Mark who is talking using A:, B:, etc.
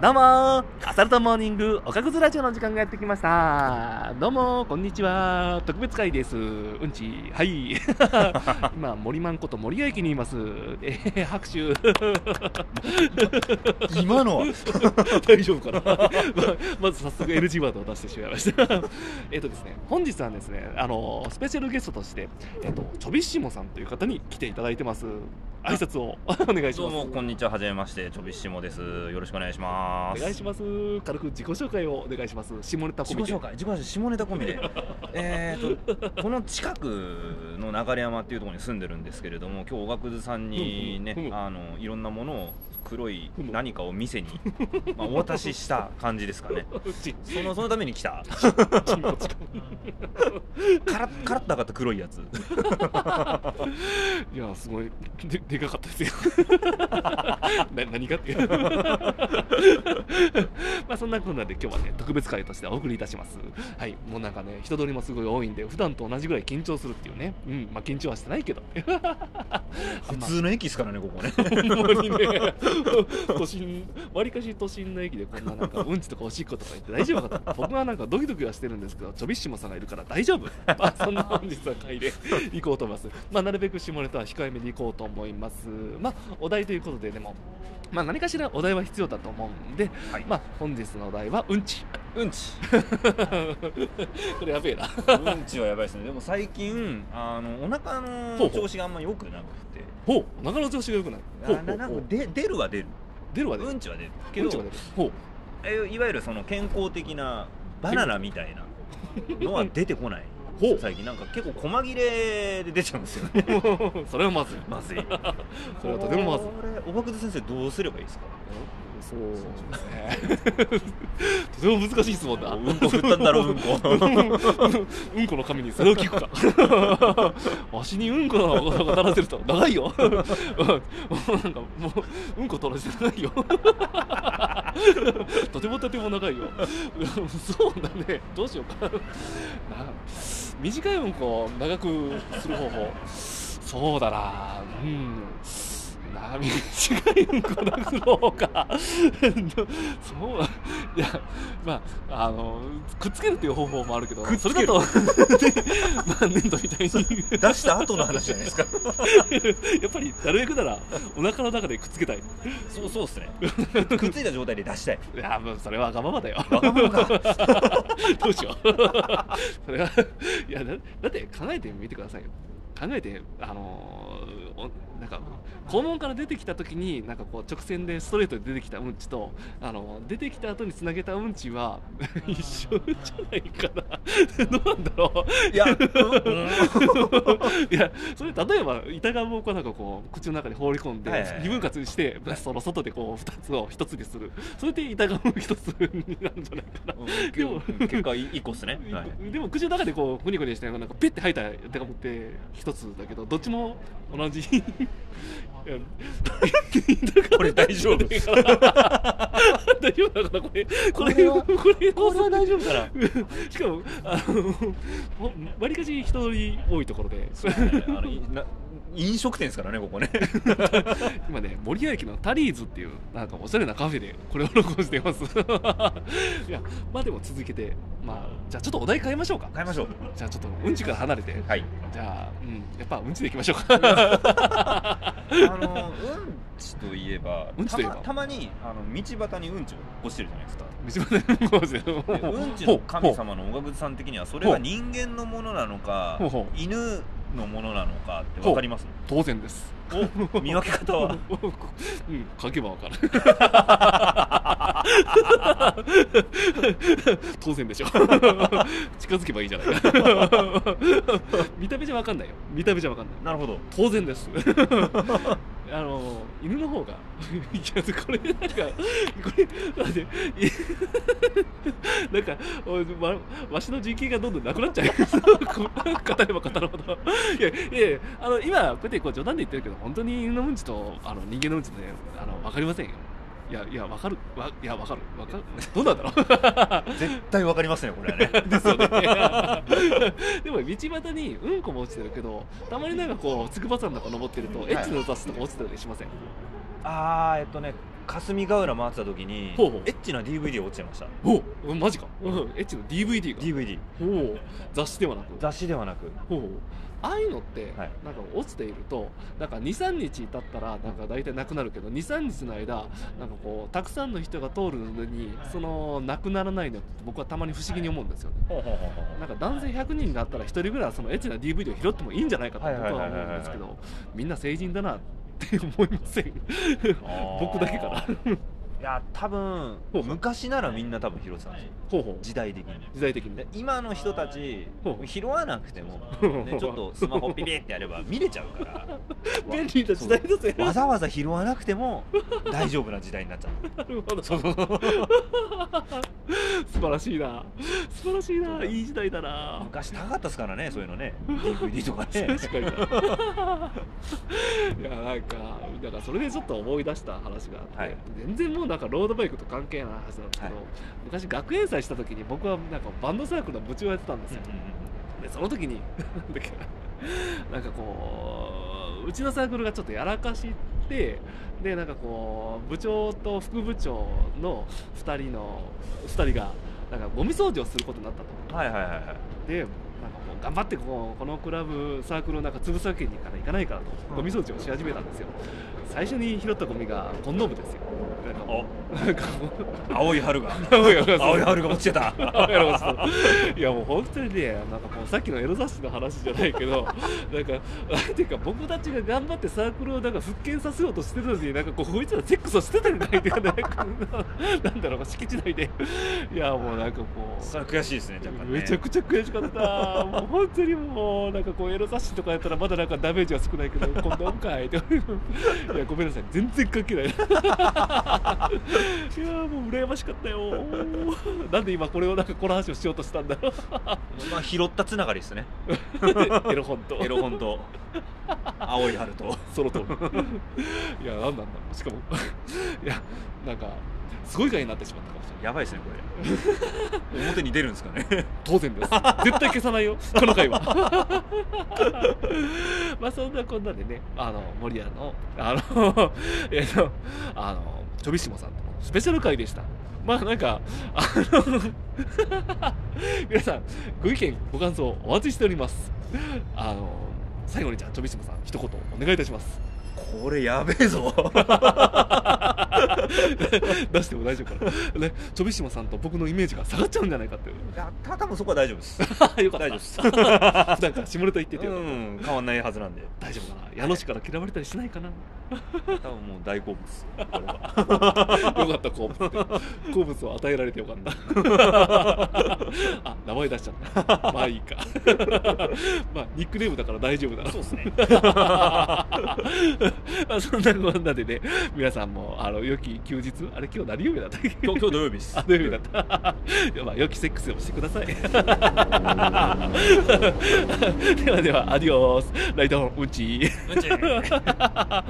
A: どうもーアサルトモーニングおかぐずラジオの時間がやってきましたどうもーこんにちは特別会ですうんちはい 今森マンこと森谷駅にいますえー、拍 手
B: 今のは
A: 大丈夫かな ままず早速 NG ワードを出してしまいました えっとですね本日はですねあのースペシャルゲストとしてえっとチョビッシモさんという方に来ていただいてます挨拶を お願いし
C: ど
A: ま
C: う
A: す
C: もこんにちははじめましてちょびっしもですよろしくお願いし
A: お
C: ます
A: 願いします軽く自己紹介をお願いします下ネタ込
C: 自
A: み
C: 己
A: で
C: 紹介自己紹介下ネタ込み でえーとこの近くの流山っていうところに住んでるんですけれども今日おがくずさんにね
A: ふむふむ
C: あのいろんなものを黒い
A: ふむ
C: 何かを店 に、まあ、お渡しした感じですかね
A: うち
C: そのそのために来た
A: ちんこ近く
C: カラッカラッと上がった黒いやつ
A: いやすごいででかかったですよ な何がっていう まあそんなこんなで今日はね特別会としてお送りいたしますはいもうなんかね人通りもすごい多いんで普段と同じぐらい緊張するっていうねうんまあ緊張はしてないけど
C: 普通の駅ですからねここね
A: ほんまにね 都心わりかし都心の駅でこんななんかうんちとかおしっことか言って大丈夫かと僕はなんかドキドキはしてるんですけどちょびっしもさんがいるから大丈 夫、まあ、そんな本日は会で 行こうと思いますまあなるべく下ネタは控えめに行こうと思いますまあお題ということででもまあ何かしらお題は必要だと思うんで、
C: はい
A: まあ本日のお題はうんち
C: うんち
A: これやべえな
C: うんちはやばいですねでも最近あのお
A: ほ
C: 腹
A: う
C: の
A: ほう
C: 調子があんま良くなくて
A: ほう中の調子が良くないほう
C: あなな
A: ほ
C: ん
A: う
C: か
A: ほう
C: で出るは出る
A: 出るわね
C: うんちは出るけ
A: うんちが
C: ど
A: 出るほ う
C: えいわゆるその健康的なバナナみたいなのは出てこない
A: ほう
C: 最近なんか結構細切れで出ちゃうんです よね
A: それはまずい
C: まずい
A: それはとてもまずい
C: これおばくず先生どうすればいいですか
A: そうですね。 とても難しい質問 だ。
C: うんこ振ったんだろうんこ
A: うんこの神にそれを聞く か。わしにうんこのことが垂らせると長い よ。うんもうなんかもううんこ垂らせ長いよ。 とてもとても長いよ。うんそうだね。どうしようか。な短いうんこを長くする方法。そうだな。うん。な短いうんこなくの方が そういやまああのくっつけるっていう方法もあるけど
C: くっ
A: そ
C: つ
A: れ
C: け
A: だ
C: る
A: と まあ粘土みたいに
C: 出した後の話じゃないですか
A: やっぱりなるべくならお腹の中でくっつけたいい
C: そうそうっすねくっついた状態で出 したい
A: やもうそれはわがままだよ
C: わがままか
A: どうしようそれはいやだだって考えてみてくださいよ考えてあのおなんか肛門から出てきた時になんかこう直線でストレートで出てきたうんちとあの出てきた後につなげたうんちは一緒じゃないかなどうなんだ ろ
C: いや、うん
A: ういやそれ例えば板ガムをこうなんかこう口の中に放り込ん
C: はいはい
A: で
C: はい
A: 二分割にしてその外でこう二つを一つにするそれで板ガム一つになるんじゃないかなでも
C: 結果一個っすね、はい
A: でも口の中でこうゴニゴニしてなんかペッて吐いたやつが持って一つだけどどっちも同 じいや
C: これ大丈夫
A: 大丈夫だからこれこれ
C: これは
A: これ
C: これは大丈夫かな
A: しかもあのわりかし人通り多いところで
C: そうねあのいな飲食店ですからねこ こね
A: 今ね守谷駅のタリーズっていうなんかおしゃれなカフェでこれを録音しています いやまあでも続けてまあじゃあちょっとお題変えましょうか
C: 買いましょう
A: じゃあちょっとうんちから離れて
C: はい
A: じゃあ、うん、やっぱうんちでいきましょうか。
C: あのうんちといえば
A: うんちといえば
C: たまたまにあの道端にうんちを落ちてるじゃないですか
A: 道端の方で
C: でうんちの神様のおがぐずさん的にはそれが人間のものなのか
A: ほうほう
C: 犬のものなのかって分かります
A: 当然です。
C: お見分け方は
A: うん、書けばわかる。当然でしょ。近づけばいいじゃないか。見た目じゃわかんないよ。見た目じゃわかん ない。
C: なるほど
A: 当然です。あの犬の方が いやこれなんかこれなんで なんかおわわしの人権がどんどんなくなっちゃう こう語れば語るほどいやいやいやあの今こうやってこう冗談で言ってるけど本当に犬のうんちとあの人間のうんちとねあの分かりませんよいやいや分かるわいや分かる分かるどうなんだろう
C: 絶対分かりますねこれはね
A: ですよねでも道端にうんこも落ちてるけどたまになんかこう筑波山とか登ってるとエッチの雑誌とか落ちてたりしません
C: ああえっとね霞ヶ浦回ってた時に
A: ほうほう
C: エッチな DVD 落ちてました
A: おうマジか、うん、エッチの DVD が
C: DVD
A: おう雑誌ではなく
C: 雑誌ではなく
A: ほうああいうのって、
C: はい
A: なんか落ちているとなんか23日経ったらなんか大体なくなるけど23日の間なんかこうたくさんの人が通るのにそのなくならないのって僕はたまに不思議に思うんですよね
C: ほうほうほうほう
A: なんか男性100人だったら1人ぐらいはそのエッチな DVD を拾ってもいいんじゃないかと
C: はい
A: 僕
C: はいは
A: はい
C: はい
A: 思う
C: はい
A: んですけどみんな成人だなって 思いません僕だけかな
C: あーいや多分
A: ほうほう
C: 昔ならみんな多分拾ってたんですよ
A: ほうほう
C: 時代的に
A: 時代的にね
C: で今の人たち
A: ほう
C: 拾わなく ても、ね、ちょっとスマホピピってやれば見れちゃうから
A: 便利な時代だぜ
C: そうわざわざ拾わなくても大丈夫な時代になっちゃ う
A: なるほど素
C: そうそうそう
A: 晴らしいな素晴らしい
C: そう
A: な
C: だ
A: いい時代だな
C: 昔高かったですからねそういう のね DVD とかね
A: 確かにないやなんかだからそれでちょっと思い出した話があって、
C: はい
A: 全然もうなんかロードバイクと関係ない話なんですけど、
C: はい
A: 昔学園祭した時に僕はなんかバンドサークルの部長をやってたんですよ、でその時に なんだっけななんかこううちのサークルがちょっとやらかしてでなんかこう部長と副部長の2人の2人がなんかゴミ掃除をすることになったと。
C: はいはいはいはい
A: でなんかこう頑張ってこうこのクラブサークルをなんか潰すわけにからいかないから
C: う
A: と
C: ん
A: ゴミ掃除をし始めたんですよ最初に拾ったゴミがコンドームですよなんかもうなんかもう
C: 青い春が
A: 青い春が
C: 青い春が落ちて た
A: いやもうそういやもう本当にねなんかこうさっきのエロ雑誌の話じゃないけどなんかなんていうか僕たちが頑張ってサークルをなんか復権させようとしてたのになんかこうこいつらセックスをしてたりないとかなんかなんだろう敷地内でいやもうなんかこう
C: それ悔しいですね若干ね
A: めちゃくちゃ悔しかったもう本当にもうなんかこうエロ雑誌とかやったらまだなんかダメージは少ない けどこんなもんかいっていやごめんなさい全然関係ない いやもう羨ましかったよなんで今これをなんかこの話をしようとしたんだろう
C: まあ拾ったつながりですね
A: エロ本と
C: エロ本と青い春と
A: そ の通りいやなんなんだろうしかもいやなんかすごい回になってしまったかもしれない
C: やばいですねこれ表に出るんですかね
A: 当然です絶対消さない よこの回はまあそんなこんなでねあの森谷のあの えっとあのちょびしもさんとのスペシャル回でしたまあなんかあの 皆さんご意見ご感想お待ちしておりますあの最後にじゃあちょびしもさん一言お願いいたします
C: これやべえぞ
A: 出しても大丈夫かな、ね、ちょびしもさんと僕のイメージが下がっちゃうんじゃないかっていう
C: いやた多分そこは大丈夫です
A: あ よかった
C: 大丈夫です
A: なんか下ネタ言ってて
C: う
A: よかった
C: ん変わんないはずなんで
A: 大丈夫かな矢野氏から嫌われたりしないかな
C: 多分もう大好物ですこれは
A: よかった好物好物を与えられてよかった あ名前出しちゃ ったまあいいか まあニックネームだから大丈夫だろ
C: そうですね
A: まあ そんなこんなでね皆さんもあの良き休日あれ今日何曜日だったっけ
C: 今日今日土曜日です
A: あ土曜日だった いやまあ良きセックスをしてくだ さい ではではアディオスライトオンウンチ
C: うんち